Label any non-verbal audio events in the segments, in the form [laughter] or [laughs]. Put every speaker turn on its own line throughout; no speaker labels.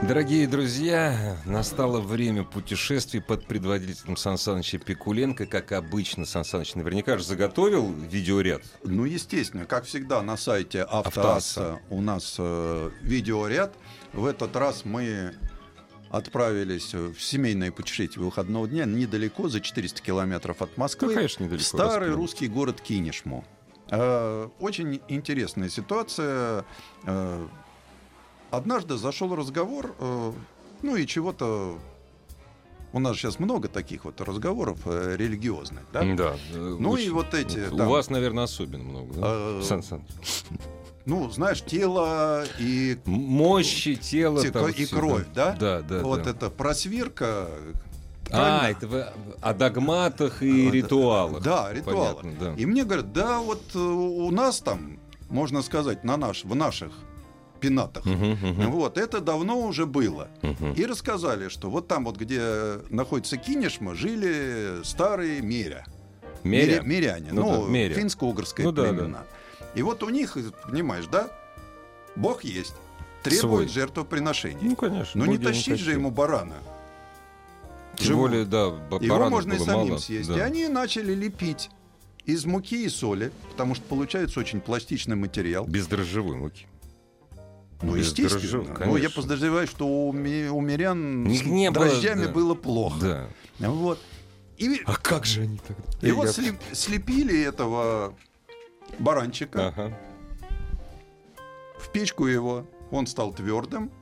Дорогие друзья, настало время путешествий под предводительством Сан Саныча Пикуленко. Как обычно, Сан Саныч наверняка же заготовил видеоряд.
Ну, естественно, как всегда на сайте Автоасса у нас э, видеоряд. В этот раз мы отправились в семейное путешествие выходного дня недалеко, за 400 километров от Москвы.
Ну, конечно, недалеко,
В старый
Распино.
русский город Кинешму. Э, Очень интересная ситуация. Э, Однажды зашел разговор, э, ну и чего-то... У нас сейчас много таких вот разговоров э, религиозных, да?
Ну
и вот эти,
У
там.
вас, наверное, особенно много, да?
Э,
Сан Саныч?
Ну, знаешь, тело и
М- Мощи, тело.
Те-
там
и
всё,
кровь, да?
Да, да.
вот
да.
эта просвирка.
А,
правильно?
это вы о догматах и
Вот,
ритуалах.
Да, ритуалы.
Понятно, да.
И мне говорят, да, вот э, у нас там, можно сказать, на наш, в наших пенатах.
Мгм, мгм,
Вот, это давно уже было.
мгм.
И рассказали, что вот там вот, где находится Кинешма, жили старые меря.
Меря?
Меря- Миряне.
Ну
Ну,
да, меря.
финско-угрское
Ну да,
племена. И вот у них, понимаешь, да, Бог есть.
Свой.
Требует жертвоприношений.
Ну, конечно.
Но не
боги
тащить же
такие.
ему барана.
Тем
живого.
более, да, б-
Его
баранов
можно и
было
самим
мало,
съесть.
да.
И они начали лепить из муки и соли, потому что получается очень пластичный материал.
Без дрожжевой муки.
Ну,
без
естественно.
дрожжевой,
ну, я
конечно.
подозреваю, что у, ми- у мирян
Не-
с
не было,
дрожжами
да.
было плохо.
Да.
Вот. И,
А как же они тогда?
и вот слеп- слепили этого баранчика,
Ага.
в печку его, он стал твердым,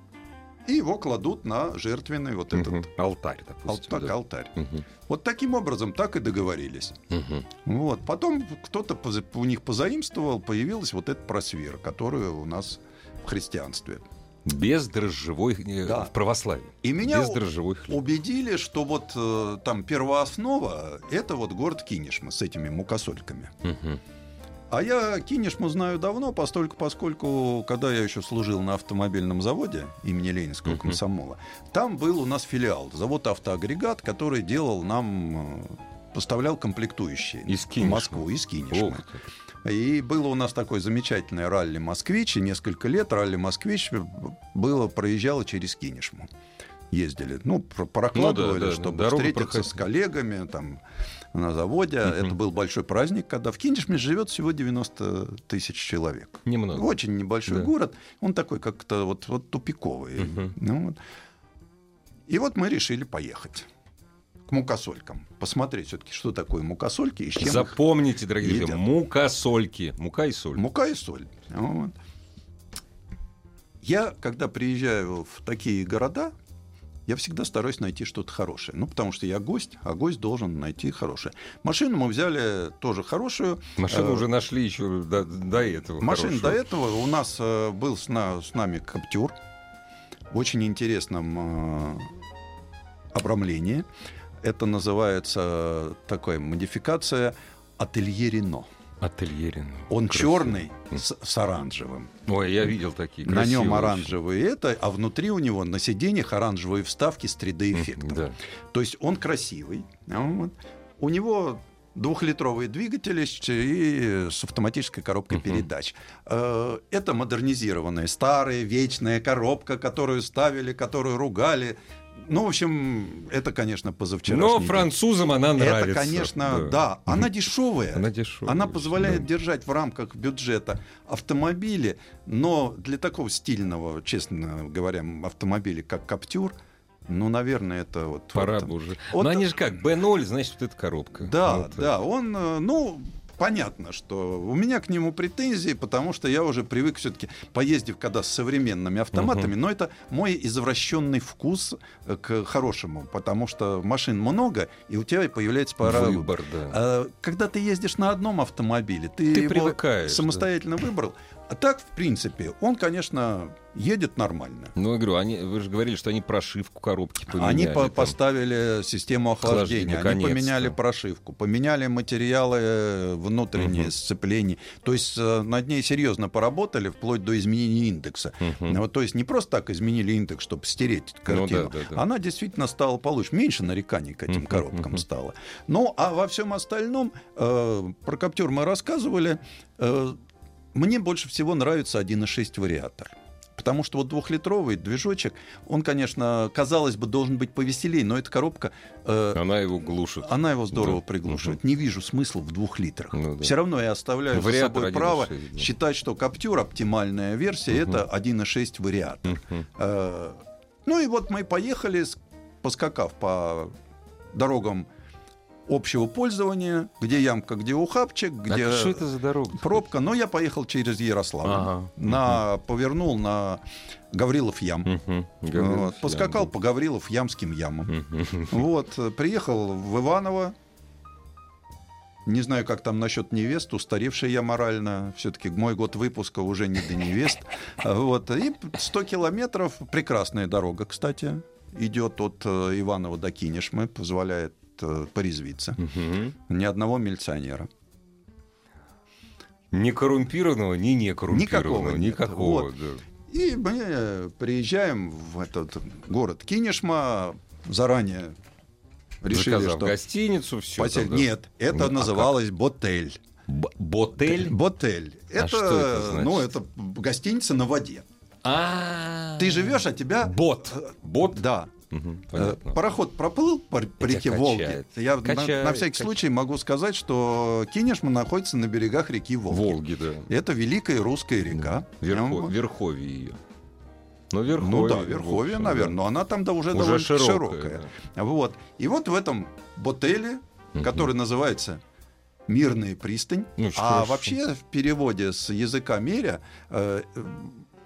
и его кладут на жертвенный вот этот
Мгм. Алтарь, допустим.
алта-
да.
алтарь.
Мгм.
Вот таким образом так и договорились.
Мгм.
Вот. Потом кто-то поза- у них позаимствовал, появилась вот эта просвира, которая у нас в христианстве.
Без дрожжевой э,
Да.
в православии.
И меня
Без
у-
дрожжевой хлеба.
Убедили, что вот э, там первооснова — это вот город Кинешма с этими мукосольками.
Мгм.
А я Кинешму знаю давно, постольку, поскольку, когда я еще служил на автомобильном заводе имени Ленинского
Мгм.
комсомола, там был у нас филиал, завод «Автоагрегат», который делал нам, э, поставлял комплектующие
Из
в
Кинешмы.
Москву из Кинешмы.
Ох ты.
И было у нас такое замечательное ралли «Москвич», и несколько лет ралли «Москвич» было, проезжало через Кинешму. Ездили, ну, про-
Ну
прокладывали,
да, да,
чтобы
дорогу
встретиться
проходить.
с коллегами там на заводе.
Мгм.
Это был большой праздник, когда в Кинешме живет всего 90 тысяч человек.
Немного.
Очень небольшой
Да.
город, он такой как-то вот, вот тупиковый.
Мгм.
Ну вот. И вот мы решили поехать к мукосолькам, посмотреть все-таки, что такое мукосольки и с чем их
Запомните, дорогие
едят.
друзья, мука сольки. Мука и соль.
Мука и соль. Вот. Я, когда приезжаю в такие города, я всегда стараюсь найти что-то хорошее. Ну, потому что я гость, а гость должен найти хорошее. Машину мы взяли тоже хорошую.
Машину
Э,
уже нашли еще до, до этого.
Машин до
хорошую.
этого у нас э, был с, на- с нами Каптюр в очень интересном э, обрамлении. Это называется э, такая модификация ателье Рено.
Ателье Рено.
Он
Красиво.
черный с, с оранжевым.
Ой, я видел такие.
На нем
красивые
оранжевые это, а внутри у него на сиденьях оранжевые вставки с
очень.
3D-эффектом.
Да.
То есть он красивый. а вот. У него двухлитровые двигатели с ч- и с автоматической коробкой
Мгм.
передач. Э, Это модернизированная, старая, вечная коробка, которую ставили, которую ругали. Ну, в общем, это, конечно, позавчера.
Но французам она нравится.
Это, конечно, да. Она дешевая.
Она дешевая.
Она позволяет
да.
держать в рамках бюджета автомобили, но для такого стильного, честно говоря, автомобиля, как Каптюр, ну, наверное, это вот...
Пора
вот-
бы уже.
Вот-
Но они же как, B0, значит, вот эта коробка.
Да,
Вот.
да, он, э, ну, понятно, что у меня к нему претензии, потому что я уже привык все-таки, поездив когда с современными автоматами, но это мой извращенный вкус э, к хорошему, потому что машин много, и у тебя появляется пора...
Выбор, да.
А, Когда ты ездишь на одном автомобиле, ты,
Ты
его
привыкаешь,
самостоятельно выбрал, А так, в принципе, он, конечно, едет нормально.
Ну, я говорю, они, вы же говорили, что они прошивку коробки поменяли.
Они по-
там.
поставили систему охлаждения,
Охлаждение,
они
наконец-то.
поменяли прошивку, поменяли материалы э, внутренние
Мгм.
сцепления. То есть э, над ней серьезно поработали, вплоть до изменения индекса.
Мгм.
Вот, то есть не просто так изменили индекс, чтобы стереть
Ну да,
картину. а
да, да.
Она действительно стала получше. Меньше нареканий к этим
Мгм,
коробкам
мгм.
стало. Ну, а во всем остальном, э, про Каптюр мы рассказывали. Э, мне больше всего нравится 1.6 вариатор. Потому что вот двухлитровый движочек, он, конечно, казалось бы, должен быть повеселее, но эта коробка, э,
Она его глушит.
она его здорово
Да.
приглушивает. Не вижу смысла в двух литрах.
Ну да.
Все равно я оставляю
Вариатор
за собой
1.6,
право
да.
считать, что Каптюр, оптимальная версия,
Мгм.
это 1.6 вариатор.
Мгм.
Э, Ну и вот мы поехали, с- поскакав по дорогам общего пользования, где ямка, где ухапчик, где
А что это за дорога?
пробка. Но я поехал через Ярославль,
Ага.
на повернул на Гаврилов ям,
Мгм.
Ну, Вот,
Говорил,
поскакал
да.
по Гаврилов ямским ямам.
Мгм.
Вот э, приехал в Иваново. Не знаю, как там насчет невест, устаревший я морально. Все-таки мой год выпуска уже не до невест. Вот. И 100 километров, прекрасная дорога, кстати, идет от э, Иванова до Кинешмы, позволяет э, порезвиться.
Мгм.
Ни одного милиционера.
Ни коррумпированного, ни не коррумпированного. Никакого.
Никакого нет. Вот.
да.
И мы э, приезжаем в этот город Кинешма, заранее решили,
Заказал
что...
гостиницу, все.
посель- Нет, это
Ну, а как?
называлось ботель.
Ботель.
Ботель.
А
Это,
что это значит?
ну, это гостиница на воде.
А.
Ты живешь, а тебя...
Бот.
э,
Бот.
Да.
Мгм,
Э,
Понятно.
Пароход проплыл по, по реке
качает.
Волги. Я на- на,
Качает,
всякий
качает.
случай могу сказать, что Кинешма находится на берегах реки Волги.
Волги, да.
Это великая русская река.
Верхо-
Ну,
Верховье ее. Ну, Верховье.
Ну да,
в
Верховье,
общем,
наверное.
да.
Но она там да, уже,
Уже
довольно
широкая.
широкая.
да.
Вот. И вот в этом ботеле,
Мгм.
который называется «Мирная пристань»,
Ну, что
а
ж.
вообще в переводе с языка меря э, э,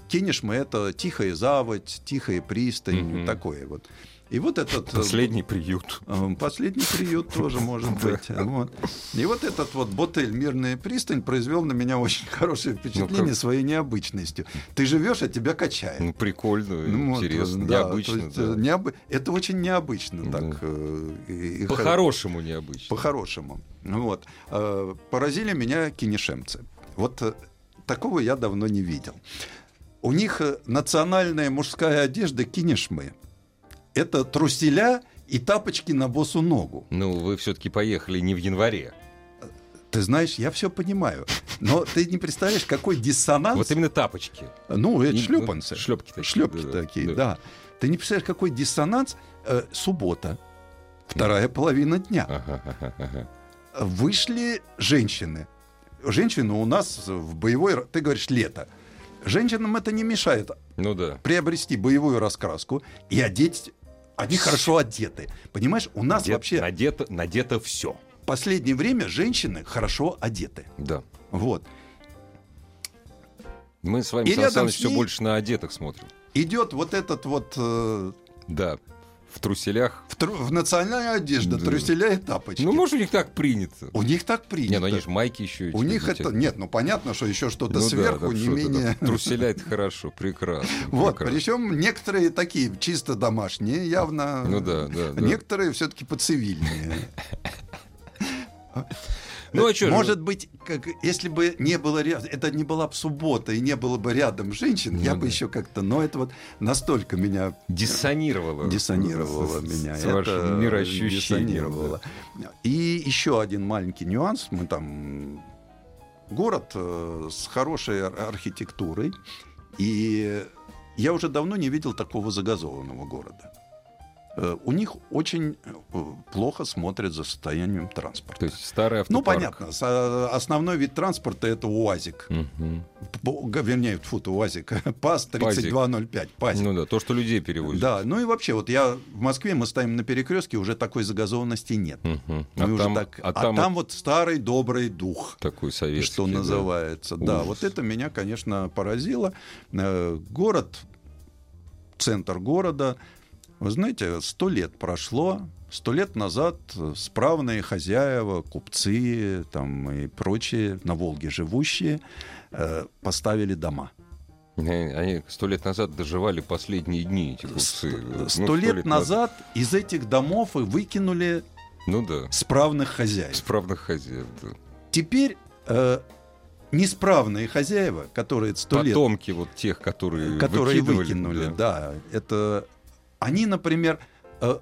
Кинешма — это «тихая заводь», «тихая пристань»,
Мгм.
такое вот. И вот этот... э,
Последний приют.
э, Последний приют
[laughs]
тоже может быть. Вот. И вот этот вот ботель «Мирная пристань» произвел на меня очень [laughs] хорошее впечатление
Ну, как-
своей необычностью. Ты живешь, а тебя качает.
Ну, прикольно,
Ну, вот,
интересно,
да, то
необычно.
есть,
да.
э, необы- Это очень необычно
Да.
так. э, и- и хо-
По-хорошему необычно.
По-хорошему. Вот. Э, Поразили меня кинешемцы. Вот э, такого я давно не видел. У них э, национальная мужская одежда кинешмы. Это труселя и тапочки на босу ногу.
Ну, вы все-таки поехали не в январе.
Ты знаешь, я все понимаю. Но ты не представляешь, какой диссонанс.
Вот именно тапочки.
Ну, это
Не-
шлепанцы.
ну, шлепки такие,
Шлепки
да,
такие,
да.
да. Ты не представляешь, какой диссонанс. Э, суббота, вторая половина дня.
Ага, ага, ага.
Вышли женщины. Женщины у нас в боевой... ра- Ты говоришь, лето. Женщинам это не мешает
Ну да.
приобрести боевую раскраску и одеть... Они хорошо одеты. Понимаешь, у нас
Надето-
вообще
надето, надето все.
в последнее время женщины хорошо одеты.
Да.
Вот.
Мы с вами,
И
Сан
рядом
Саныч,
с
все
ней-
больше на одетых смотрим.
Идет вот этот вот э,
Да. В труселях.
в, тру- в национальной одежде
Да.
труселя и тапочки.
Ну, может, у них так принято.
У них так принято.
Не, ну они же майки еще.
У них это... Нет, ну понятно, что еще что-то сверху, не менее...
Труселя это хорошо, прекрасно.
[laughs] Вот,
прекрасно.
причем некоторые такие чисто домашние, явно.
Ну да, да, да.
Некоторые все-таки поцивильнее.
Ну, а чё же-
Может быть, как, если бы не было ря- это не была бы суббота и не было бы рядом женщин,
Ну
я
да.
бы еще как-то, но это вот настолько меня
Диссонировало.
диссонировало
э, С-
меня.
С вашим мироощущением.
диссонировало. И еще один маленький нюанс. Мы там город э, с хорошей ар- архитектурой. И я уже давно не видел такого загазованного города. Э, У них очень э, плохо смотрят за состоянием
да.
транспорта.
То есть старый
ну,
автопарк.
понятно, со- основной вид транспорта это УАЗик.
Мгм.
Бо- Вернее, фу, УАЗик. [laughs] ПАЗ 3205. ПАЗик.
Ну да, то, что людей перевозят.
Да, ну и вообще, вот я в Москве, мы стоим на перекрестке, уже такой загазованности нет.
Мгм.
Мы
А
уже
там,
так-
а там
вот старый добрый дух,
такой советский.
что
да.
называется. Да,
Ужас.
вот это меня, конечно, поразило. Э, город, центр города, Вы знаете, сто лет прошло, сто лет назад справные хозяева, купцы там, и прочие на Волге живущие э, поставили дома.
Э, Они сто лет назад доживали последние дни эти купцы. Ну,
Сто, ну, сто лет, назад из этих домов и выкинули
Ну да,
справных хозяев.
справных хозяев. да.
Теперь э, несправные хозяева, которые сто лет
Потомки вот тех, которые
которые
выкидывали,
выкинули, да. это они, например, э,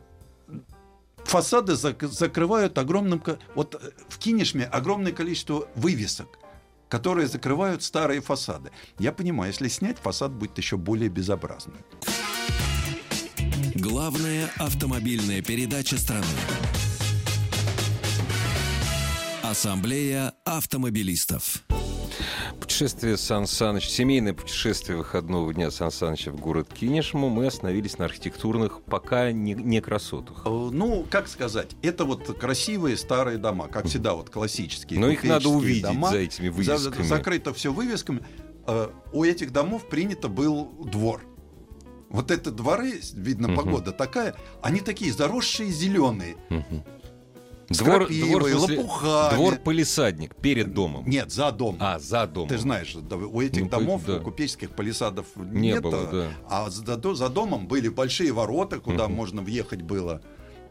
фасады зак- закрывают огромным, ко- вот э, в Кинешме огромное количество вывесок, которые закрывают старые фасады. Я понимаю, если снять, фасад будет еще более безобразным.
Главная автомобильная передача страны. Ассамблея автомобилистов.
Путешествие Сан Саныч, семейное путешествие выходного дня Сан Саныча в город Кинешму, мы остановились на архитектурных пока не, не красотах.
Э, Ну, как сказать, это вот красивые старые дома, как всегда, вот классические.
Но их надо
купеческие
увидеть
дома.
за этими
За-
вывесками.
закрыто все вывесками. Э, У этих домов принято был двор. Вот это дворы, видно,
Мгм.
погода такая, они такие заросшие зеленые.
Мгм.
С
двор, в
крапивой,
смысле,
лопухами.
двор-палисадник перед домом.
Нет, за домом.
А, за домом.
Ты знаешь, да, у этих
Ну,
домов,
да.
у купеческих палисадов
Не
нет,
было, да.
А за, до- за домом были большие ворота, куда можно въехать было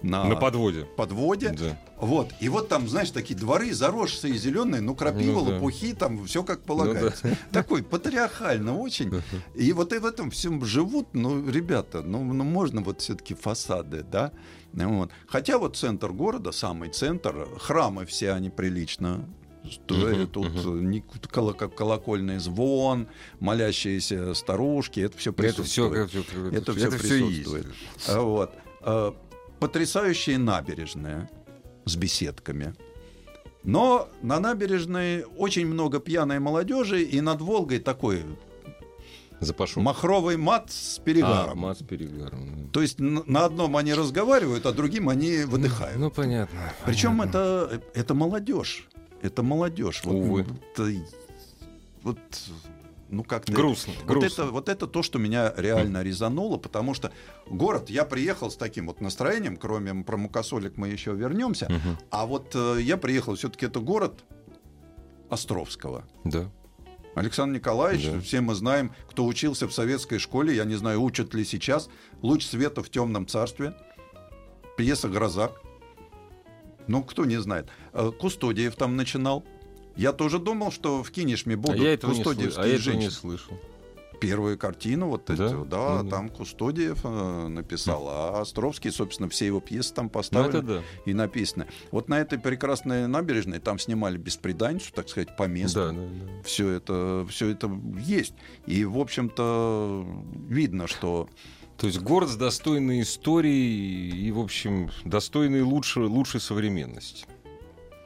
на,
На подводе.
подводе.
Да.
Вот. И вот там, знаешь, такие дворы заросшие, зеленые, ну, крапива,
Ну да. Ну
лопухи, там все как полагается. Такой патриархально очень. И вот и в этом всем живут, ну, ребята, ну, ну, можно вот все-таки фасады, да? Ну, вот. Хотя вот центр города, самый центр, храмы все они прилично строят.
Мгм,
тут э, ни- колоко- колокольный звон, молящиеся старушки, это все
Это все,
присутствует. Это всё присутствует. А, Вот. А, Потрясающие набережные с беседками. Но на набережной очень много пьяной молодежи, и над Волгой такой
Запашу.
махровый мат с
А,
перегаром.
мат с перегаром. ну.
То есть н- на одном они разговаривают, а другим они выдыхают.
Ну, понятно.
Причем это, это молодежь. Это молодежь. Вот,
Увы.
это- вот, ну как-то...
Грустно,
Вот,
грустно.
Это, вот это то, что меня реально резануло, потому что город, я приехал с таким вот настроением, кроме про Мукосолик мы еще вернемся,
Мгм.
а вот э, я приехал, все-таки это город Островского.
Да.
Александр Николаевич,
Да.
все мы знаем, кто учился в советской школе, я не знаю, учат ли сейчас, «Луч света в темном царстве», пьеса «Гроза». Ну, кто не знает. Э, Кустодиев там начинал. Я тоже думал, что в Кинешме
А
будут
я этого не слышал.
кустодиевские
А я этого
женщины.
не слышал.
Первую картину вот
Да?
эту, да,
Ну да.
там Кустодиев э, написал, а Островский, собственно, все его пьесы там
Ну,
поставлены
это да.
и написаны. Вот на этой прекрасной набережной там снимали «Беспреданницу», так сказать, по месту
Да, да, да.
все это, все это есть. И, в общем-то, видно, что
То есть город с достойной историей и, в общем, достойной лучше, лучшей современности.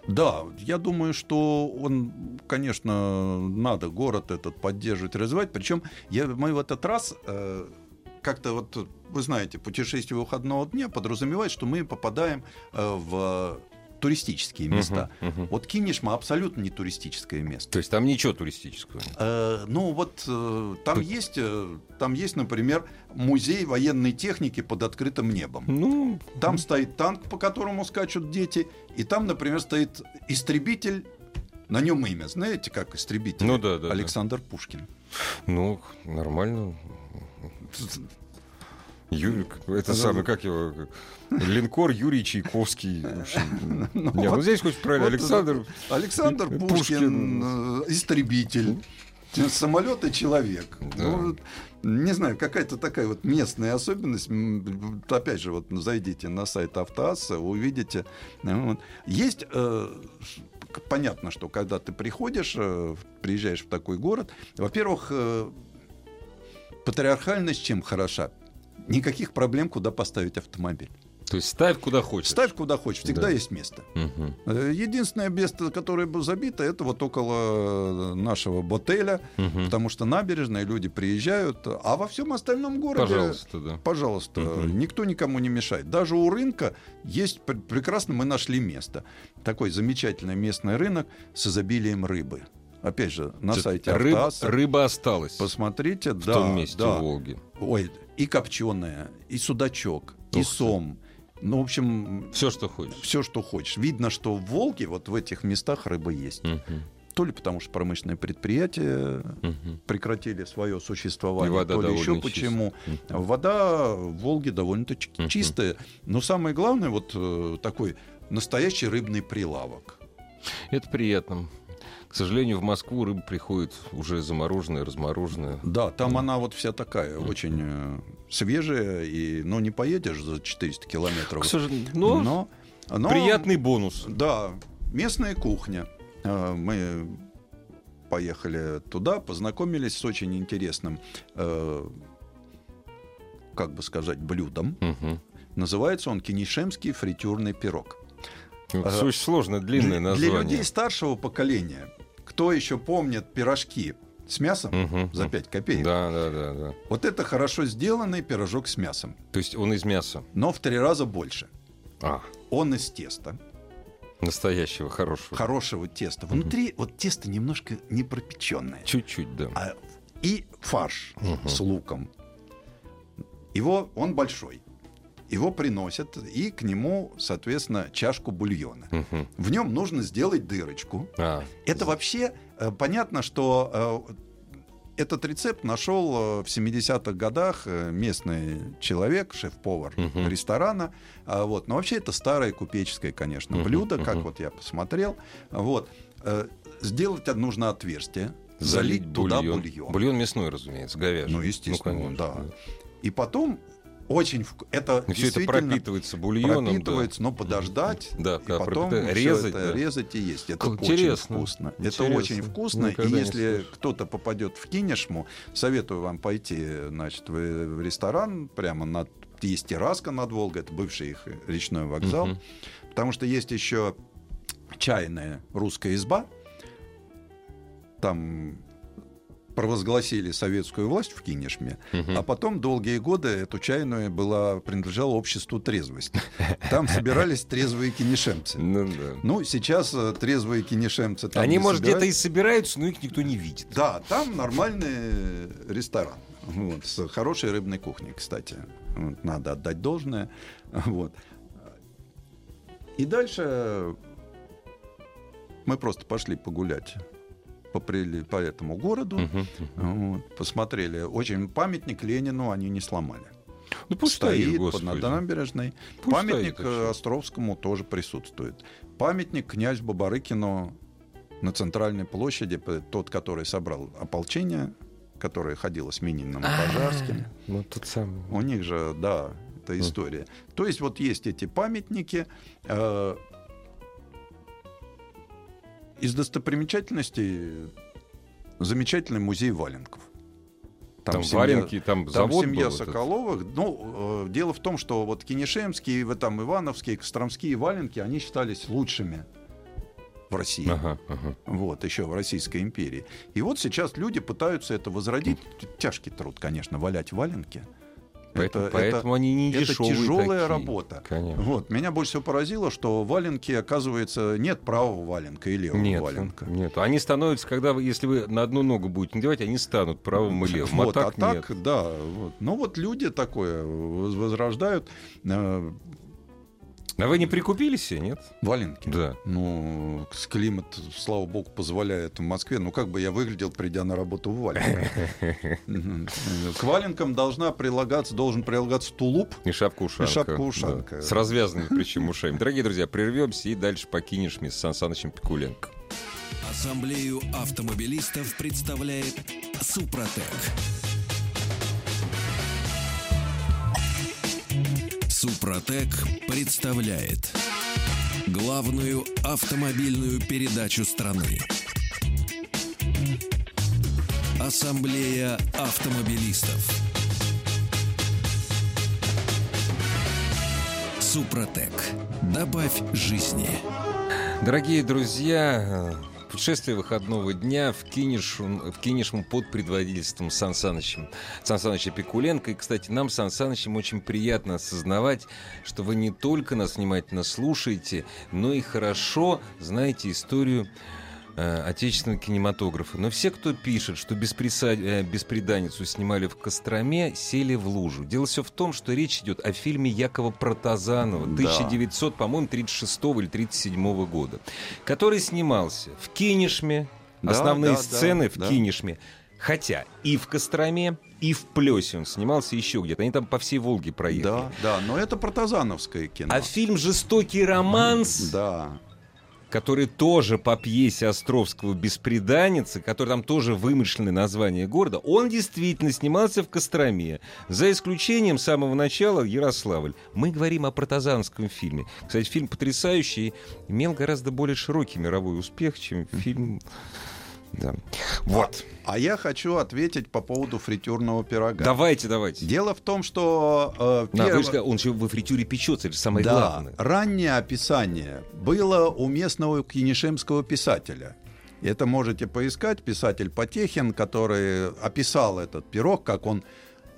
да, я думаю, что он, конечно, надо город этот поддерживать, развивать. Причем я, мы в этот раз э, как-то вот, вы знаете, путешествие выходного дня подразумевает, что мы попадаем э, в туристические места.
Мгм, мгм.
Вот Кинешма абсолютно не туристическое место.
То есть там ничего туристического. нет.
Э, Ну вот э, там
Тут-
есть, э, там есть, например, музей военной техники под открытым небом.
Ну,
Там стоит танк, по которому скачут дети, и там, например, стоит истребитель, на нем имя. Знаете, как истребитель?
ну да, да, да.
Александр Пушкин.
Ну, нормально. Юрик, это
Да.
самый, как его, линкор Юрий Чайковский. в общем.
[laughs] Ну,
Не, ну
вот-
здесь хоть правильно,
вот
Александр.
Александр
Пушкин.
Пушкин, э, истребитель. Самолет и человек.
Да.
Ну, вот, не знаю, какая-то такая вот местная особенность. М, Опять же, вот зайдите на сайт Автоасса, увидите. Ну, вот. Есть, э, к- понятно, что когда ты приходишь, э, в- приезжаешь в такой город, во-первых, э, патриархальность чем хороша? Никаких проблем, куда поставить автомобиль.
То есть ставь куда хочешь.
Ставь куда хочешь, всегда
Да.
есть место.
Мгм.
Э, Единственное место, которое было забито, это вот около э, нашего ботеля,
Мгм.
потому что набережные люди приезжают, а во всем остальном городе...
Пожалуйста, да.
Пожалуйста, э,
Мгм.
никто никому не мешает. Даже у рынка есть пр- прекрасно, мы нашли место. Такой замечательный местный рынок с изобилием рыбы. опять же, на
Т-
сайте
рыб-
«Автоаса».
Рыба осталась
Посмотрите,
в
да,
том месте
да.
Волги.
Ой, и копченая, и судачок, и
Ух ты.
сом. Ну, в общем,
Все, что хочешь.
все, что хочешь. Видно, что в Волге вот в этих местах рыба есть.
Мгм,
То ли потому, что промышленные предприятия
мгм.
прекратили свое существование,
И вода
то ли еще
довольно
почему. Вода в Волге довольно-то ч-
Мгм.
чистая. Но самое главное, вот э, такой настоящий рыбный прилавок.
Это приятно. К сожалению, в Москву рыба приходит уже замороженная, размороженная.
Да, там она вот вся такая, очень э, свежая, и, ну, не поедешь за 400 километров.
К сожалению, но
но, но-
приятный бонус.
Да, местная кухня. Э, Мы поехали туда, познакомились с очень интересным, э, как бы сказать, блюдом.
Мгм.
Называется он кинешемский фритюрный пирог.
Это очень сложно, Ну, длинное
А, для,
название.
Для людей старшего поколения, кто еще помнит пирожки с мясом
Мгм.
за 5 копеек,
Да, да, да, да.
вот это хорошо сделанный пирожок с мясом,
То есть он из мяса.
но в три раза больше.
А,
Он из теста,
настоящего, хорошего.
хорошего теста. Внутри вот тесто немножко непропеченное.
Чуть-чуть, да.
А, и фарш
Мгм.
с луком. Его он большой. Его приносят и к нему, соответственно, чашку бульона.
Мгм.
В нем нужно сделать дырочку.
А,
Это вообще э, понятно, что э, этот рецепт нашел э, в 70-х годах э, местный человек, шеф-повар
Мгм.
ресторана. А, вот. Но вообще это старое купеческое, конечно,
Мгм,
блюдо, как
мгм.
вот я посмотрел. Вот. Э, Сделать од- нужно отверстие, залить,
залить
туда
бульон.
бульон.
Бульон мясной, разумеется, говяжий.
Ну, естественно,
конечно,
да. И потом очень вку- это
И все это
действительно
пропитывается бульоном. да.
пропитывается, но подождать
Да,
и
да,
потом
пропитывается.
всё
Резать,
это
да.
резать и есть. Это
Как интересно.
очень вкусно. Это
Интересно. Ну,
очень вкусно.
Никогда
и
не
если
слышал.
кто-то попадет в кинешму, советую вам пойти, значит, в в ресторан прямо над есть терраска над Волгой, это бывший их речной вокзал,
Мгм.
потому что есть еще чайная русская изба. Там провозгласили советскую власть в Кинешме,
Мгм.
а потом долгие годы эту чайную была, принадлежала обществу трезвости. Там собирались
[laughs]
трезвые кинешемцы.
Ну, да.
Ну, сейчас э, трезвые кинешемцы там
Они,
не
может, где-то и
собираются.
собираются, но их никто не видит.
Да, там нормальный э, ресторан. Вот, с хорошей рыбной кухней, кстати. Вот, надо отдать должное. Вот. И дальше мы просто пошли погулять по, прили- по этому городу.
Мгм.
Вот, посмотрели. Очень памятник Ленину они не сломали.
Ну, пусть стоит,
Стоит под
господи.
Ну, набережной.
Пусть
памятник
стоит, а чё?
э, Островскому тоже присутствует. Памятник князь Бабарыкину на центральной площади, п- тот, который собрал ополчение, которое ходило с Мининым и Пожарским.
Ну, тут сам...
У них же, да, это история. То есть вот есть эти памятники. э, Из достопримечательностей замечательный музей валенков.
Там,
семья-
варенки, там,
там
завод
семья
был этот.
Соколовых. Ну, э, дело в том, что вот Кинешемские, и там Ивановские, Костромские валенки, они считались лучшими в России.
Ага, ага.
Вот, еще в Российской империи. И вот сейчас люди пытаются это возродить. Т- Тяжкий труд, конечно, валять валенки.
Поэтому,
это-
поэтому они не
это
дешевые
тяжелая
такие.
работа.
Конечно.
Вот, меня больше всего поразило, что валенки, оказывается, нет правого валенка и левого
Нет,
валенка.
нет. Они становятся, когда вы, если вы на одну ногу будете надевать, они станут правым и левым.
Вот,
а
а
так нет.
так, да. вот. Ну вот люди такое воз- возрождают э,
А вы не прикупили себе, нет?
валенки.
Да.
Ну, с- климат, слава богу, позволяет в Москве. Ну, как бы я выглядел, придя на работу в валенках.
[laughs]
Мгм. К валенкам должна прилагаться, должен прилагаться тулуп.
И шапку-ушанка.
И шапка-ушанка.
Да. С развязанными причем ушами. Дорогие друзья, прервемся и дальше покинешь с Сан Санычем Пикуленко.
Ассамблею автомобилистов представляет Супротек. Супротек представляет главную автомобильную передачу страны. Ассамблея автомобилистов. Супротек. Добавь жизни.
Дорогие друзья, э, путешествие выходного дня в Кинешму, в Кинешму под предводительством Сан Санычем, Сан Саныча Пикуленко. И, кстати, нам, Сан Санычем, очень приятно осознавать, что вы не только нас внимательно слушаете, но и хорошо знаете историю э, отечественного кинематографа. Но все, кто пишет, что «Беспреса- э, «Бесприданницу» снимали в Костроме, сели в лужу. Дело все в том, что речь идет о фильме Якова Протазанова
Да.
1900, по-моему, 36 или 37 года, который снимался в Кинешме,
Да,
основные
да, да,
сцены в
да.
Кинешме. Хотя и в Костроме, и в Плесе он снимался еще где-то. Они там по всей Волге проехали.
Да, да, но это протазановское кино.
А фильм «Жестокий романс»,
Да.
который тоже по пьесе Островского «Беспреданница», который там тоже вымышленное название города, он действительно снимался в Костроме. За исключением самого начала Ярославль. Мы говорим о протазанском фильме. Кстати, фильм потрясающий, имел гораздо более широкий мировой успех, чем фильм... Да. Вот.
А я хочу ответить по поводу фритюрного пирога.
Давайте, давайте.
Дело в том, что э,
На,
перв-
вы же сказали, он еще во фритюре печется, это же самое
да, А,
главное.
раннее описание было у местного кинешемского писателя. И Это можете поискать. Писатель Потехин, который описал этот пирог, как он,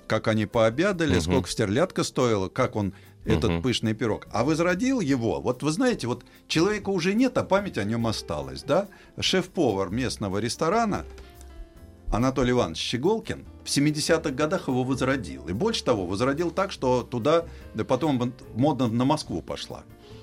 как они пообедали,
Мгм.
сколько стерлядка стоила, как он этот
Мгм.
пышный пирог. А возродил его, вот вы знаете, вот человека уже нет, а память о нем осталась, да? Шеф-повар местного ресторана Анатолий Иванович Щеголкин в 70-х годах его возродил. И больше того, возродил так, что туда, да потом вон мода на Москву пошла.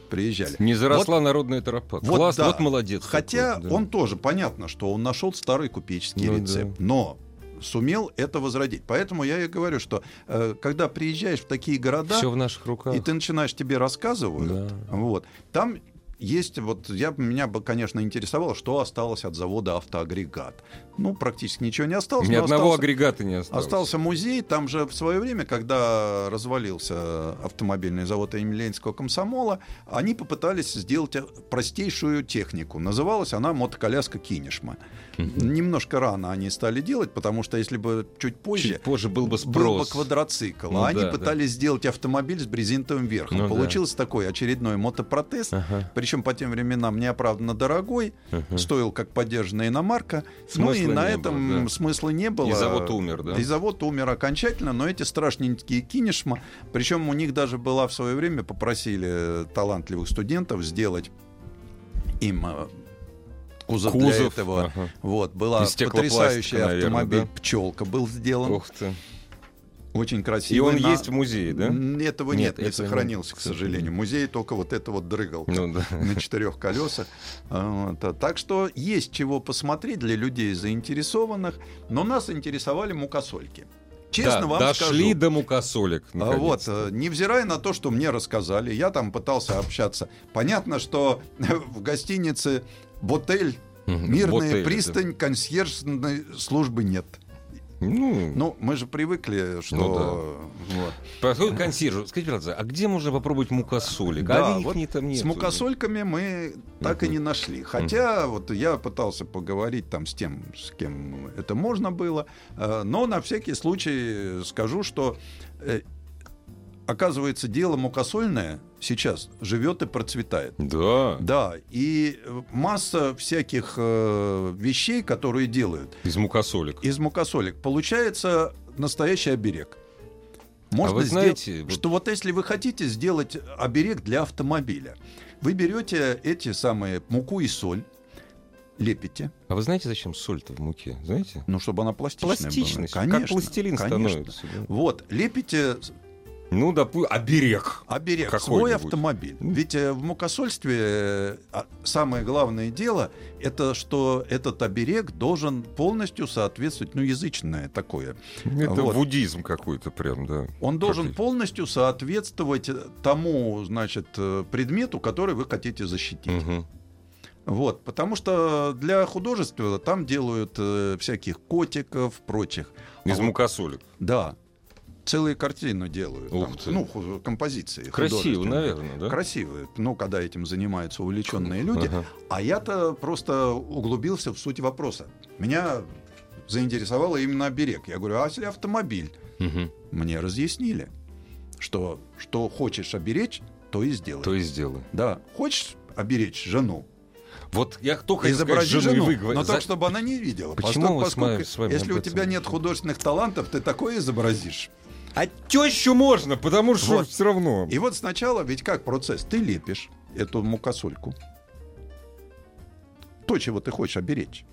Приезжали.
Не заросла народная тропа.
Вот
Класс,
да.
вот молодец.
Хотя
какой, да.
он тоже, понятно, что он нашел старый купеческий
Ну да.
рецепт, но сумел это возродить. Поэтому я и говорю, что э, когда приезжаешь в такие города,
Все в наших руках.
и ты начинаешь, тебе рассказывают,
Да.
вот, там есть, вот, я, меня бы, конечно, интересовало, что осталось от завода «Автоагрегат». Ну, практически ничего не осталось.
Ни
но
одного
остался-
агрегата не осталось.
Остался музей, там же в свое время, когда развалился автомобильный завод имени Ленинского комсомола, они попытались сделать э, простейшую технику. Называлась она мотоколяска Кинешма. Немножко рано они стали делать, потому что если бы чуть позже...
Чуть позже был бы
Был бы
спрос.
квадроцикл.
Ну
а они
да, да.
пытались сделать автомобиль с брезентовым верхом.
Ну да.
Получился такой очередной мотопротест.
Ага.
Причем по тем временам неоправданно дорогой,
Ага.
стоил как поддержанная иномарка.
Смысла
ну и на
не
этом
было, да.
смысла не было.
И завод умер, да?
И завод умер окончательно, но эти страшненькие кинешма, причем у них даже была в свое время, попросили талантливых студентов сделать им э, кузов, для
Кузов,
этого.
ага.
Вот, была
Из стеклопластика,
потрясающая
наверное,
автомобиль
да?
«Пчелка» был сделан.
Ух ты.
Очень красивый.
И он
на-
есть в музее, да?
М, Этого
Нет,
нет,
этого
не
нет,
сохранился,
к
к
сожалению.
сожалению. Музей только вот это вот дрыгал
Ну да.
[laughs] на четырех колесах. А, вот, а, Так что есть чего посмотреть для людей заинтересованных, но нас интересовали мукосольки. Честно
Да,
вам
дошли
скажу.
до мукосолек.
А, Вот,
наконец-то.
э, невзирая на то, что мне рассказали, я там пытался общаться. Понятно, что [laughs] в гостинице «Ботель»,
Мгм,
«Мирная
ботели, да.
пристань», консьержной службы нет.
Ну,
Ну, мы же привыкли, что... вот.
подходит к консьержу. Скажите, пожалуйста, а где можно попробовать мукосолик?
э. Да,
а их
вот
не там нет.
С мукосольками мы так и не нашли. Хотя вот я пытался поговорить там с тем, с кем это можно было. Э, Но на всякий случай скажу, что э, оказывается дело мукосольное сейчас живет и процветает.
Да.
Да, и э, масса всяких э, вещей, которые делают
Из мукосолек.
из мукосолек, получается настоящий оберег.
а
Можно
вы
сделать-
знаете, вот
что вот если вы хотите сделать оберег для автомобиля, вы берете эти самые муку и соль, лепите,
А вы знаете, зачем соль-то в муке? Знаете?
ну чтобы она пластичная
Пластичность.
была. Конечно,
как пластилин
конечно.
становится. да.
Вот лепите
Ну, допустим, оберег.
оберег свой
Какой-нибудь.
автомобиль. Ведь э, в мукосольстве э, а- самое главное дело это что этот оберег должен полностью соответствовать, ну язычное такое.
Это
Вот.
буддизм какой-то прям, да.
Он должен
Какой?
полностью соответствовать э, тому, значит, э, предмету, который вы хотите защитить.
Мгм.
Вот, потому что для художества там делают э, всяких котиков, прочих.
Из
А вот-
мукосолек.
Да, целые картины делают.
Ух
там,
ты.
Ну, ху- композиции.
Красиво,
художественные.
наверное, да?
Красивые, ну, когда этим занимаются увлеченные люди.
Ага.
А я-то просто углубился в суть вопроса. Меня заинтересовало именно оберег. Я говорю, а если автомобиль?
Мгм.
Мне разъяснили, что что хочешь оберечь, то и сделай.
То и сделай.
Да, хочешь оберечь жену,
Вот я кто хотел сказать
Изобрази
жену, и
жену,
вы говорите.
но
За-
так, чтобы она не видела.
Почему
Постоль-
вы с моим- с вами
если
об
у
этом
тебя нет
говорите?
художественных талантов, ты такое изобразишь.
А тещу можно, потому что
Вот.
все равно.
И вот сначала, ведь как процесс? Ты лепишь эту мукосольку, то, чего ты хочешь оберечь.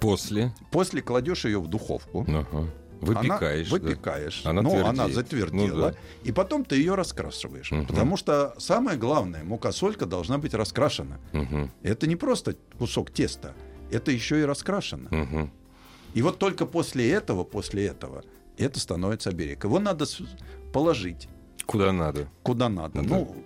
После.
После кладешь ее в духовку.
Ага. Выпекаешь.
Она
да.
выпекаешь,
Она
но
твердеет.
она затвердела.
Ну да.
И потом ты ее раскрашиваешь.
Мгм.
Потому что самое главное, мука-солька должна быть раскрашена.
Мгм,
Это не просто кусок теста, это еще и раскрашено.
мгм.
И вот только после этого, после этого, это становится оберег. Его надо с- положить
Куда надо.
куда надо.
Да.
Ну,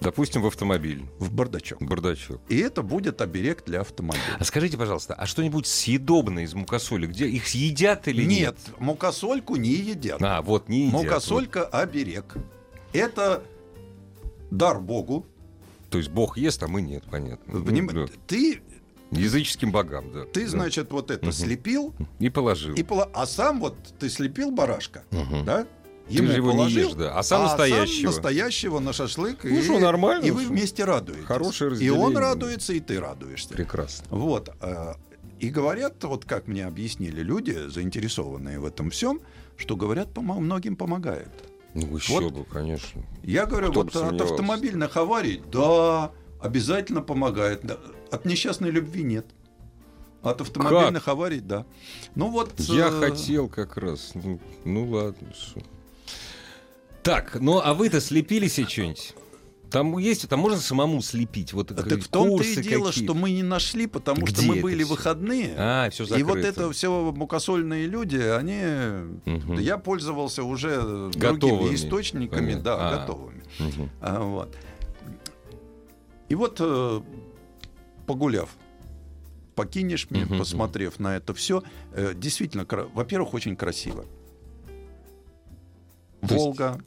Допустим, в автомобиль.
в бардачок.
в Бардачок.
И это будет оберег для автомобиля.
А скажите, пожалуйста, а что-нибудь съедобное из мукосоли? Где их съедят или нет?
Нет, мукосольку не едят.
А, вот не едят.
Мукосолька оберег. Это дар Богу.
Вот. Ну, То есть Бог ест, а мы нет, понятно. Ну,
Поним-
да.
Ты,
Языческим богам, да.
ты
Да.
значит, вот это
Мгм.
слепил,
И положил.
и пола- а сам вот ты слепил барашка,
Мгм.
да?
Ты же его не ешь, да. А сам настоящего.
настоящего на шашлык.
Ну что, нормально,
И вы
что?
вместе радуетесь.
Хорошее
И он
разделение.
радуется, и ты радуешься.
Прекрасно.
Вот. э, И говорят, вот как мне объяснили люди, заинтересованные в этом всем, что говорят, помо- многим помогает.
Ну, еще
Вот.
бы, конечно.
Я говорю,
Кто бы
вот от
сомневался.
автомобильных аварий, да, обязательно помогает. Да, От несчастной любви нет. От автомобильных аварий, да. Ну вот.
Я
э,
хотел как раз. Ну, ну ладно. шо. Так, ну а вы-то слепили себе что-нибудь? Там есть, там можно самому слепить. Вот
Так
говорит,
в том-то и
курсы
дело,
какие.
что мы не нашли, потому что
Где
мы
это
были
всё?
выходные.
А, все
и
закрыто.
вот это все мукосольные люди, они.
Мгм.
Я пользовался уже
Готовыми.
другими источниками,
Понятно.
да,
А.
готовыми.
Мгм.
А, вот. И вот, э, погуляв по Кинешме,
Мгм,
посмотрев на это все, действительно, кра- во-первых, очень красиво.
То есть
Волга,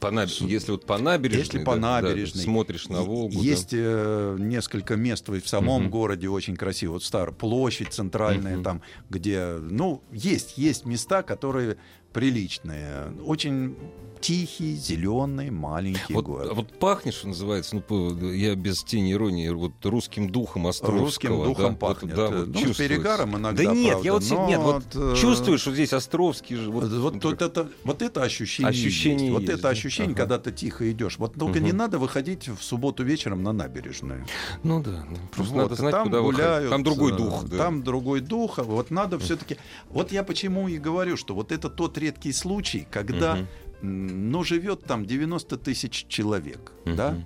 По наб- Если вот по набережной,
если по
да, да, да,
набережной.
смотришь на Волгу, да.
Есть э, несколько мест в самом
Мгм.
городе очень красиво. Вот старая площадь центральная
Мгм.
там, где... Ну, есть, есть места, которые приличные. Очень тихий, зеленый, маленький
вот, э, а
город.
вот пахнет, что называется, ну по- я без тени иронии, вот русским духом Островского.
Русским
да,
духом
вот,
пахнет.
да,
Э,
вот
ну, с
чувствуется.
перегаром иногда,
Да нет,
правда,
я вот се-
но
нет, вот
э,
чувствуешь, что здесь Островский же, вот,
Вот, вот,
например,
это, вот это ощущение,
Ощущение
есть. Вот
есть,
это
да?
ощущение,
Ага.
когда ты тихо идешь. Вот только не
Мгм.
надо выходить в субботу вечером на набережную.
Ну да, ну, просто
Вот,
надо знать,
там
куда выходить.
гуляют,
Там другой
э,
дух. да.
Там другой дух. а Вот надо все-таки... Вот я почему и говорю, что вот это тот редкий случай, когда,
Мгм.
м, ну, живет там 90 тысяч человек, да?
Мгм.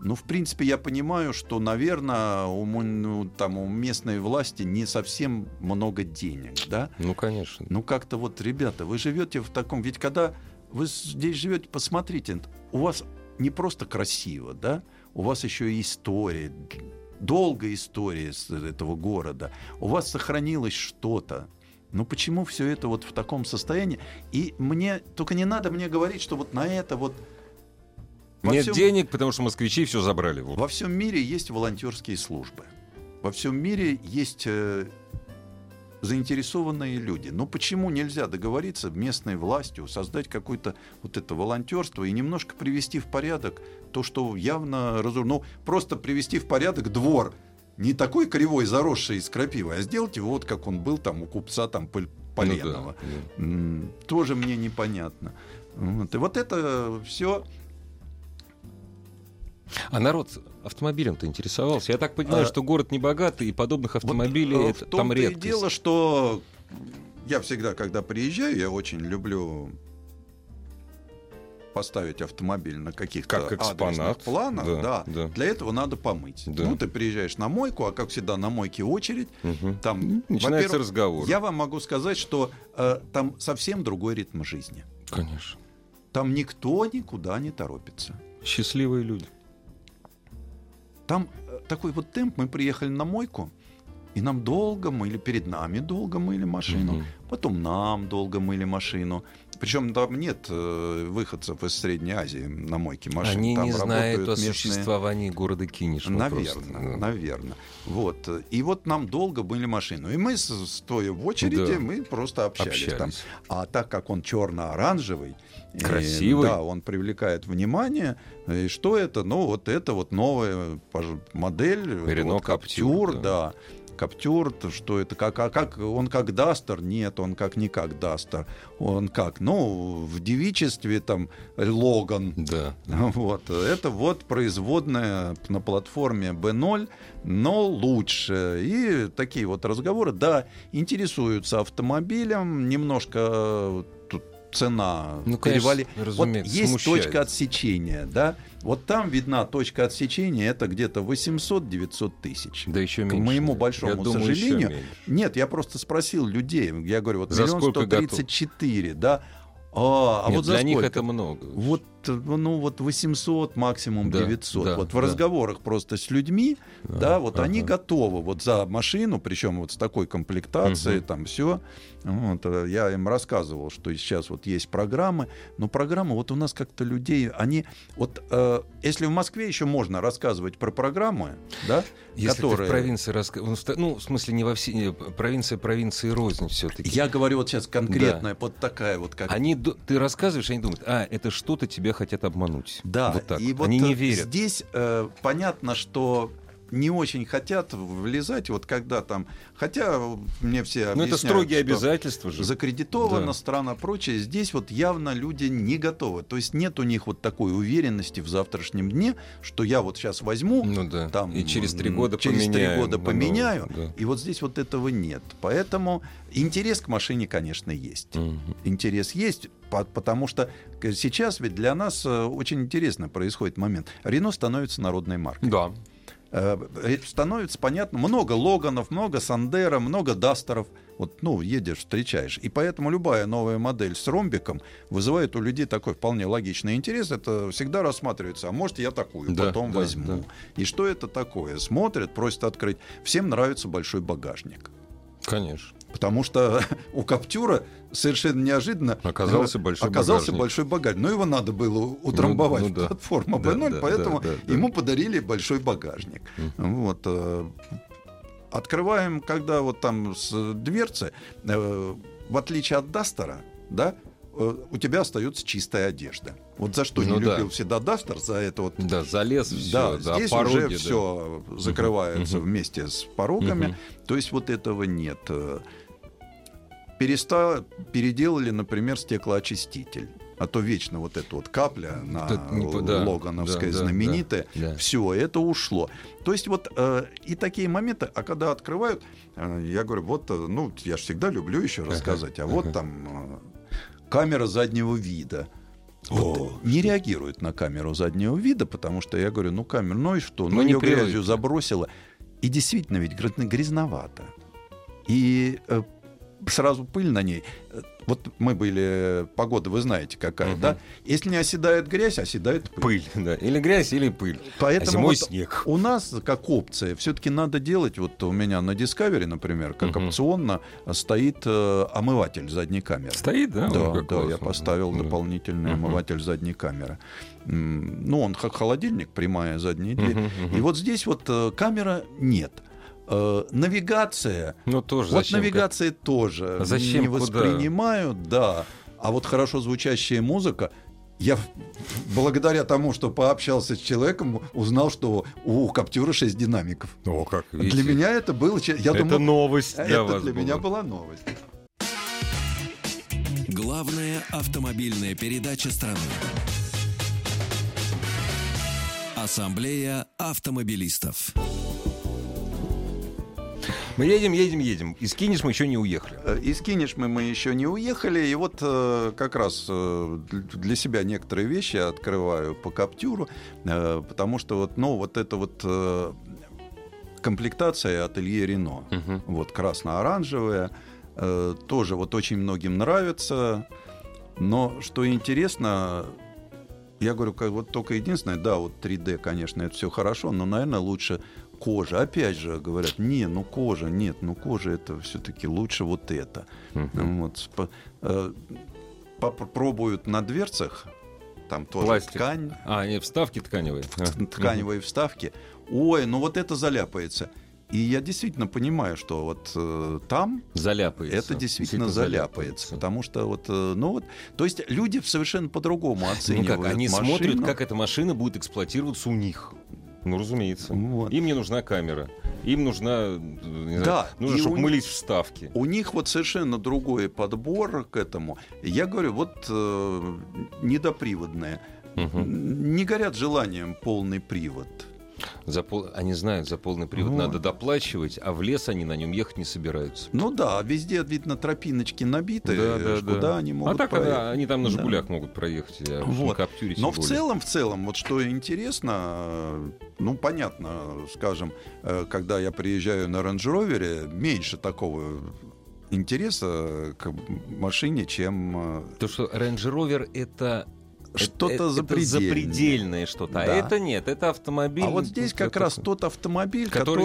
Ну, в принципе, я понимаю, что, наверное, у, мон- ну, там, у местной власти не совсем много денег, да?
Ну конечно.
Ну, как-то вот, ребята, вы живете в таком... Ведь когда вы здесь живете, посмотрите, у вас не просто красиво, да? У вас еще и история, д- долгая история с этого города. У вас сохранилось что-то. Ну почему все это вот в таком состоянии? И мне только не надо мне говорить, что вот на это вот во
Нет
всем-
денег, потому что москвичи все забрали. Вот. Ну
во всем мире есть волонтерские службы. Во всем мире есть э, заинтересованные люди. Но почему нельзя договориться местной властью, создать какое-то вот это волонтерство и немножко привести в порядок то, что явно разур... Ну, просто привести в порядок двор. Не такой кривой, заросший из крапивы, а сделать его вот как он был там у купца там Пол-
Ну да,
Поленова.
да.
М, тоже мне непонятно. Вот. И вот это все
А народ автомобилем-то интересовался. Я так понимаю,
А-
что город не богатый, и подобных автомобилей
Вот, э,
это- там
в том-то и
редкость.
дело, что я всегда, когда приезжаю, я очень люблю поставить автомобиль на каких-то
Как экспонат,
адресных планах.
да,
Да,
да.
Для этого надо помыть.
Да.
Ну, ты приезжаешь на мойку, а как всегда на мойке очередь.
Мгм.
Там,
Начинается
во-первых,
разговор.
Я вам могу сказать, что э, там совсем другой ритм жизни.
Конечно.
Там никто никуда не торопится.
Счастливые люди.
Там э, такой вот темп, мы приехали на мойку, и нам долго мыли, перед нами долго мыли машину,
Мгм.
потом нам долго мыли машину. Причем там нет э, выходцев из Средней Азии на мойке машин.
Они
там
не знают о
работают местные-
существовании города Кинеш. вот просто,
Наверное,
да.
наверное. Вот. э, И вот нам долго были машину. И мы, с- стоя в очереди,
Да.
мы просто общались, там.
Общались.
А так как он черно-оранжевый, и,
Красивый.
да, он привлекает внимание. э, И что это? Ну, вот это вот новая пож- модель,
Renault
вот
Captur,
Captur, да. Каптюр, то что это, как, а как он как Дастер? Нет, он как не как Дастер. Он как, ну, в девичестве там э, Логан.
Да.
[laughs] Вот. Это вот производная на платформе B0, но лучше. И такие вот разговоры. Да, интересуются автомобилем, немножко э, тут цена
Ну, конечно,
Вот
разумеется,
есть
смущает.
точка отсечения, да? Вот там видна точка отсечения, это где-то 800-900 тысяч.
Да еще меньше.
К моему
Я
большому
думаю, ещё
сожалению.
меньше.
Нет, я просто спросил людей. Я говорю, вот
За
миллион
сколько
сто тридцать четыре, да? А, а
Нет,
вот за
для них
сколько?
это много.
Вот, э, ну, вот 800, максимум
Да,
900.
да,
вот в
да.
разговорах просто с людьми,
Да,
да, вот они
ага.
готовы вот за машину, причем вот с такой комплектацией,
Мгм.
там все. я им рассказывал, что сейчас вот есть программы, но программы вот у нас как-то людей, они вот, э, если в Москве еще можно рассказывать про программы, да,
Если ты в
которые...
провинции раска- ну, в ста- ну, в смысле, не во всей... Провинция провинции рознь все-таки.
Я говорю вот сейчас конкретная, вот такая вот как
Они, ду- ты рассказываешь, они думают, а, это что-то тебя хотят обмануть.
Да,
Вот так.
и вот
они не
э,
верят.
Здесь э, понятно, что не очень хотят влезать, вот когда там, хотя мне все
Ну, это
объясняют,
строгие
что
обязательства же.
закредитована
Да.
страна, прочее, здесь вот явно люди не готовы, то есть нет у них вот такой уверенности в завтрашнем дне, что я вот сейчас возьму,
Ну да.
там
и через три
м,
года Ну,
через три
поменяю.
года
на
поменяю,
новую,
и вот здесь вот этого нет, поэтому интерес к машине, конечно, есть
да. Мгм.
интерес есть, по- потому что к- сейчас ведь для нас э, очень интересно происходит момент. Рено становится народной маркой.
Да.
Э, э, Становится понятно, много Логанов, много Сандера, много Дастеров. Вот, ну, едешь, встречаешь. И поэтому любая новая модель с ромбиком вызывает у людей такой вполне логичный интерес. Это всегда рассматривается. А может, я такую
Да,
потом
да,
возьму.
да.
И что это такое? Смотрят, просят открыть. Всем нравится большой багажник.
Конечно.
Потому что [laughs] у Каптюра совершенно неожиданно
Оказался
э,
большой
оказался
багажник.
большой багажник. Но его надо было утрамбовать
ну
в
да.
платформу
Да,
B0,
да,
поэтому
да, да, да.
ему подарили большой багажник. Вот, э, открываем, когда вот там с э, дверцы, э, в отличие от Дастера, да, э, у тебя остается чистая одежда. Вот за что
Ну
не
да.
любил всегда Дастер, за это вот
Да, залез все.
да, здесь уже
да.
все закрывается
Мгм.
вместе с порогами.
Мгм.
То есть вот этого нет. Э, Переста... Переделали, например, стеклоочиститель. А то вечно вот эта вот капля на
Это не по- да,
Логановской
да, да,
знаменитая.
да, да.
Все, это ушло. То есть вот э, и такие моменты, а когда открывают, э, я говорю, вот, э, ну, я же всегда люблю еще рассказать, а вот
ага.
там э, камера заднего вида. Вот, э, не реагирует на камеру заднего вида, потому что я говорю, ну камера, ну и что,
Мы
ну
не
ее
привыкли.
грязью забросила. И действительно ведь грязно- грязновато. И э, сразу пыль на ней. Э, Вот мы были, погода вы знаете какая,
Мгм.
да? Если не оседает грязь, оседает пыль.
Пыль, да. Или грязь, или пыль.
Поэтому
а зимой
вот
снег.
у нас как опция все-таки надо делать, вот у меня на Discovery, например, как
Мгм.
опционно стоит э, омыватель задней камеры.
Стоит, да?
Да,
Ой, как
да,
классно.
я поставил
Да.
дополнительный
Мгм.
омыватель задней камеры. М, Ну, он как холодильник, прямая задняя дверь.
Мгм, мгм.
И вот здесь вот э, камера нет. Э, навигация.
Ну тоже
вот
зачем?
навигация тоже.
А зачем,
Не
куда?
воспринимаю, да. А вот хорошо звучащая музыка. Я в- благодаря тому, что пообщался с человеком, узнал, что у Каптюра 6 динамиков.
как- О, как
Для
видите.
меня это было... че- Я
это
думал,
новость для
это
вас
для меня
была.
была новость.
Главная автомобильная передача страны. Ассамблея автомобилистов.
Мы едем, едем, едем. Из Кинеш мы еще не уехали.
Э, Из Кинешмы мы еще не уехали, и вот э, как раз э, дл- для себя некоторые вещи я открываю по Каптюру, э, потому что вот, ну, вот это вот э, комплектация ателье Рено,
Мгм.
вот красно-оранжевая, э, тоже вот очень многим нравится, но что интересно, я говорю, как вот только единственное, да, вот 3D, конечно, это все хорошо, но, наверное, лучше кожа. Опять же говорят, не, ну кожа, нет, ну кожа это все-таки лучше вот это.
Мгм.
Вот, спо- э, попробуют на дверцах, там тоже
Пластик.
ткань,
А, не, вставки тканевые. А.
т- тканевые вставки. Ой, ну вот это заляпается. И я действительно понимаю, что вот э, там
Заляпается.
это действительно заляпается, потому что вот, э, ну вот, то есть люди совершенно по-другому
Ну
оценивают
как, они
машину.
смотрят, как эта машина будет эксплуатироваться у них. Ну, разумеется.
Вот.
Им не нужна камера. Им нужна, не знаю,
Да,
нужно,
и
чтобы
у-
мылись вставки.
У них вот совершенно другой подбор к этому. Я говорю, вот э, недоприводные.
Мгм.
Не горят желанием полный привод.
За пол- Они знают, за полный привод
Вот.
надо доплачивать, а в лес они на нем ехать не собираются.
Ну да, везде, видно, тропиночки набиты,
Да, да,
ж куда
да.
они
А
могут
так
проехать.
да, они там на
Да.
Жигулях могут проехать, а уж на
Вот.
Каптюре тем
Но в
более.
целом, в целом, вот что интересно, э, ну, понятно, скажем, э, когда я приезжаю на рейндж-ровере, меньше такого интереса к машине, чем... э,
То, что Range Rover это э,
Что-то
это- это
запредельное.
запредельное что-то. А
Да.
это нет, это автомобиль.
А вот здесь
ну,
как раз
такой.
тот автомобиль,
Который-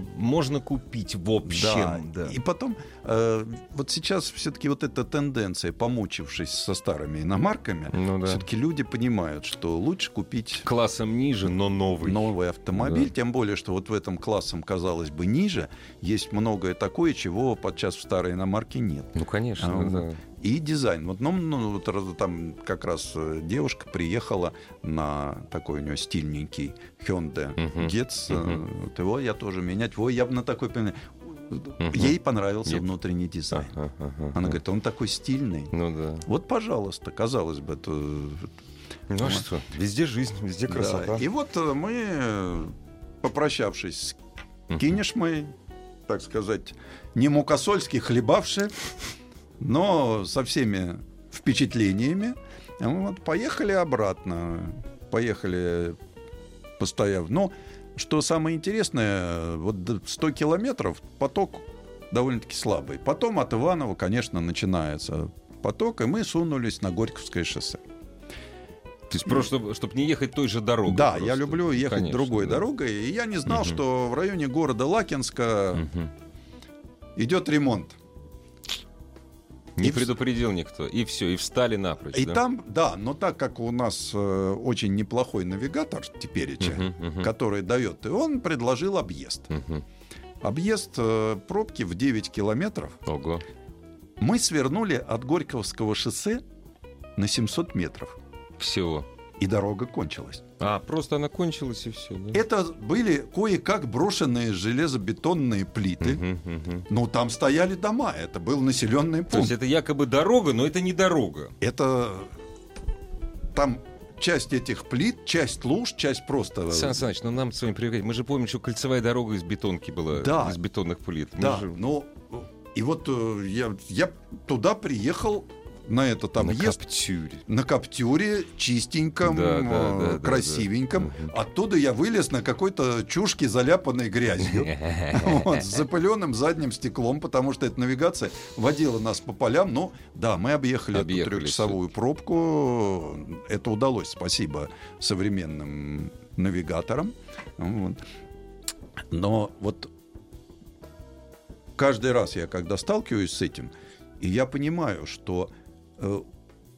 который...
можно купить в общем. да.
Да. И потом, э, вот сейчас все-таки вот эта тенденция, помучившись со старыми иномарками,
Ну да.
все-таки люди понимают, что лучше купить
Классом ниже, но новый.
новый автомобиль,
Да.
тем более, что вот в этом классом, казалось бы, ниже, есть многое такое, чего подчас в старой иномарке нет.
Ну, конечно,
А,
да.
И дизайн. Вот, ну, ну, вот раз- там как раз э, девушка приехала на такой у нее стильненький Hyundai
Мгм.
Getz. э,
Мгм.
Вот его я тоже менять. Во, я бы на такой... поменял. Ей понравился
Ей-
внутренний дизайн.
Ага, ага, ага.
Она говорит, он такой стильный.
Ну да.
Вот, пожалуйста, казалось бы, это э,
Ну а
Вот.
что? Везде жизнь, везде
Да,
красота.
И вот э, мы, э, попрощавшись
Мгм.
с Кинешмой, так сказать, не мукосольски хлебавши, но со всеми впечатлениями, э, вот, поехали обратно. Поехали, постояв. Но что самое интересное, э, вот д- 100 километров поток довольно-таки слабый. Потом от Иванова, конечно, начинается поток, и мы сунулись на Горьковское шоссе.
То есть просто, чтобы, не ехать той же дорогой.
Да,
Угу. просто.
я люблю ехать
Конечно,
другой
да.
дорогой. И я не знал,
Мгм.
что в районе города Лакинска
Мгм.
идет ремонт.
Не
И в-
предупредил никто. И все, и встали напрочь.
И
да?
там, да, но так как у нас э, очень неплохой навигатор теперь,
Мгм, мгм.
который дает, и он предложил объезд.
Мгм.
Объезд э, пробки в 9 километров.
Ого.
Мы свернули от Горьковского шоссе на 700 метров.
Всего.
И дорога кончилась.
А, просто она кончилась и все. Да?
Это были кое-как брошенные железобетонные плиты.
Мгм, мгм.
Ну, там стояли дома, это был населенный пункт.
То есть это якобы дорога, но это не дорога.
Это там часть этих плит, часть луж, часть просто. э,
Сан Саныч, ну нам с вами привыкать. Мы же помним, что кольцевая дорога из бетонки была,
Да.
из бетонных плит. Мы
да,
же-
ну и вот э, я, я туда приехал на этот
на
объезд.
Каптюре.
На каптюре, чистеньком,
Да, да,
э,
да, да,
красивеньком.
да. Мгм.
Оттуда я вылез на какой-то чушке, заляпанной грязью. Вот, с запыленным задним стеклом, потому что эта навигация водила нас по полям. Ну, да, мы объехали,
Объехали
эту трехчасовую пробку. Это удалось, спасибо современным навигаторам. Вот. Но вот каждый раз я, когда сталкиваюсь с этим, и я понимаю, что э,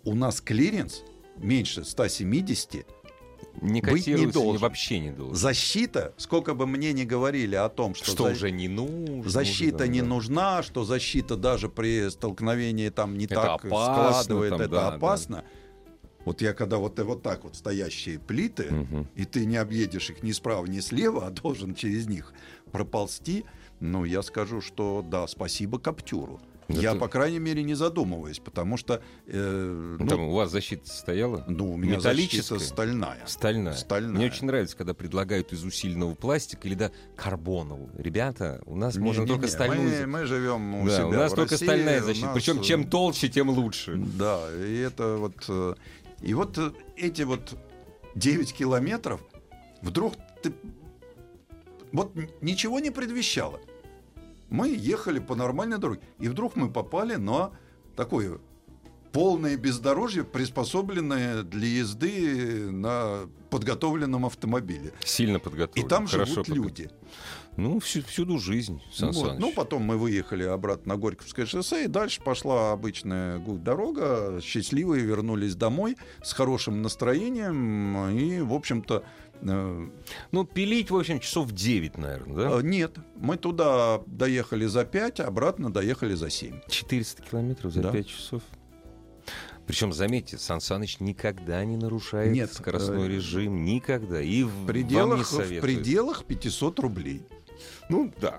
у нас клиренс меньше 170,
Не
Быть не
котируется, не
должен.
вообще не должен.
защита, сколько бы мне ни говорили о том, что,
Что,
за-
уже не нужно.
защита
уже,
не
да.
нужна, что защита даже при столкновении там не
Это
так
опасно
складывает,
там,
это
да, да.
опасно. Вот я когда вот, вот так вот стоящие плиты,
Мгм.
и ты не объедешь их ни справа, ни слева, [laughs] а должен через них проползти, ну, я скажу, что да, спасибо Каптюру.
Это-
Я, по крайней мере, не задумываюсь, потому что... э, ну,
Там у вас защита стояла?
ну, у меня
металлическая?
защита стальная.
Стальная.
Стальная.
Мне очень нравится, когда предлагают из усиленного пластика или да карбонового. Ребята, у нас
Не-
можно
не-
только
не,
стальную.
Мы,
за-
мы живем у
Да,
себя
у нас
в
только
России,
стальная
у
защита.
нас,
Причем
э,
чем толще, тем лучше.
Да, и это вот... э, И вот э, эти вот 9 километров вдруг ты... Вот н- ничего не предвещало. Мы ехали по нормальной дороге, и вдруг мы попали на такое полное бездорожье, приспособленное для езды на подготовленном автомобиле.
Сильно
И
подготовлен.
там
хорошо
живут
подго-
люди.
Ну, всю- всюду жизнь, Сан
Вот.
Саныч.
Ну, потом мы выехали обратно на Горьковское шоссе, и дальше пошла обычная гу- дорога. Счастливые вернулись домой с хорошим настроением. И, в общем-то, э,
Ну, пилить, в общем, часов 9, наверное, да?
э, нет, мы туда доехали за 5, обратно доехали за 7.
400 километров за
Да.
5 часов. Причем, заметьте, Сан Саныч никогда не нарушает
Нет,
скоростной
э,
режим, никогда. И в-
В
вам не
пределах, в
советует.
пределах 500 рублей.
Ну, да.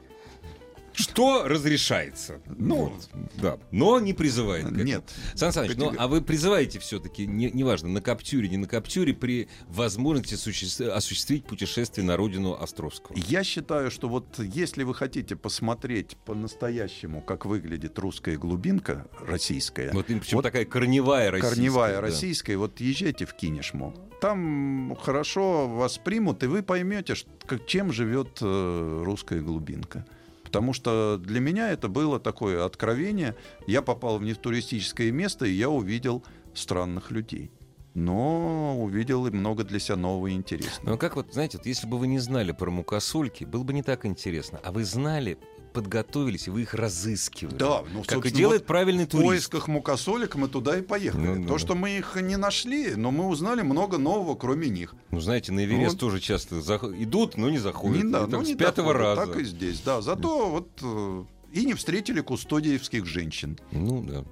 Что разрешается? Ну, да. Но не призывает. к этому.
Нет.
Сан Саныч, ну
Категор-
а вы призываете все-таки, не- неважно, на Каптюре, не на Каптюре, при возможности суще- осуществить путешествие на родину Островского?
Я считаю, что вот если вы хотите посмотреть по-настоящему, как выглядит русская глубинка российская,
Вот, им причем
Вот
такая корневая российская.
корневая
да.
российская, вот езжайте в Кинешму. Там хорошо вас примут, и вы поймете, ш- как, чем живет э, русская глубинка. Потому что для меня это было такое откровение. Я попал в нетуристическое место, и я увидел странных людей. Но увидел и много для себя нового и интересного.
Ну как вот, знаете, вот если бы вы не знали про мукосольки, было бы не так интересно. А вы знали, подготовились, и вы их разыскивали.
Да, ну,
Как и
собственно,
делает правильный
В
турист.
поисках мукосолек мы туда и поехали.
Ну да.
То, что мы их не нашли, но мы узнали много нового, кроме них.
Ну, знаете, на Эверест
Вот.
тоже часто зах- идут, но не заходят.
Не, да,
И так
ну,
с
не
пятого
доходит,
раза.
Так и здесь, да. Зато вот э, и не встретили кустодиевских женщин.
Ну да.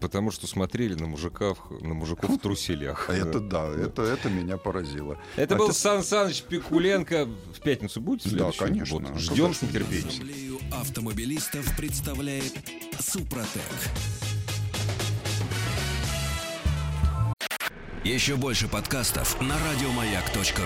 Потому что смотрели на мужика, в- на мужиков в труселях.
А Это
Да.
да, это, это меня поразило. А
Это был
Хотя-
Сан Саныч Пикуленко. В пятницу будет?
Да,
следующий?
конечно.
Вот, Ждем с нетерпением.
Ассамблею автомобилистов представляет Супротек. Еще больше подкастов на радиомаяк.ру.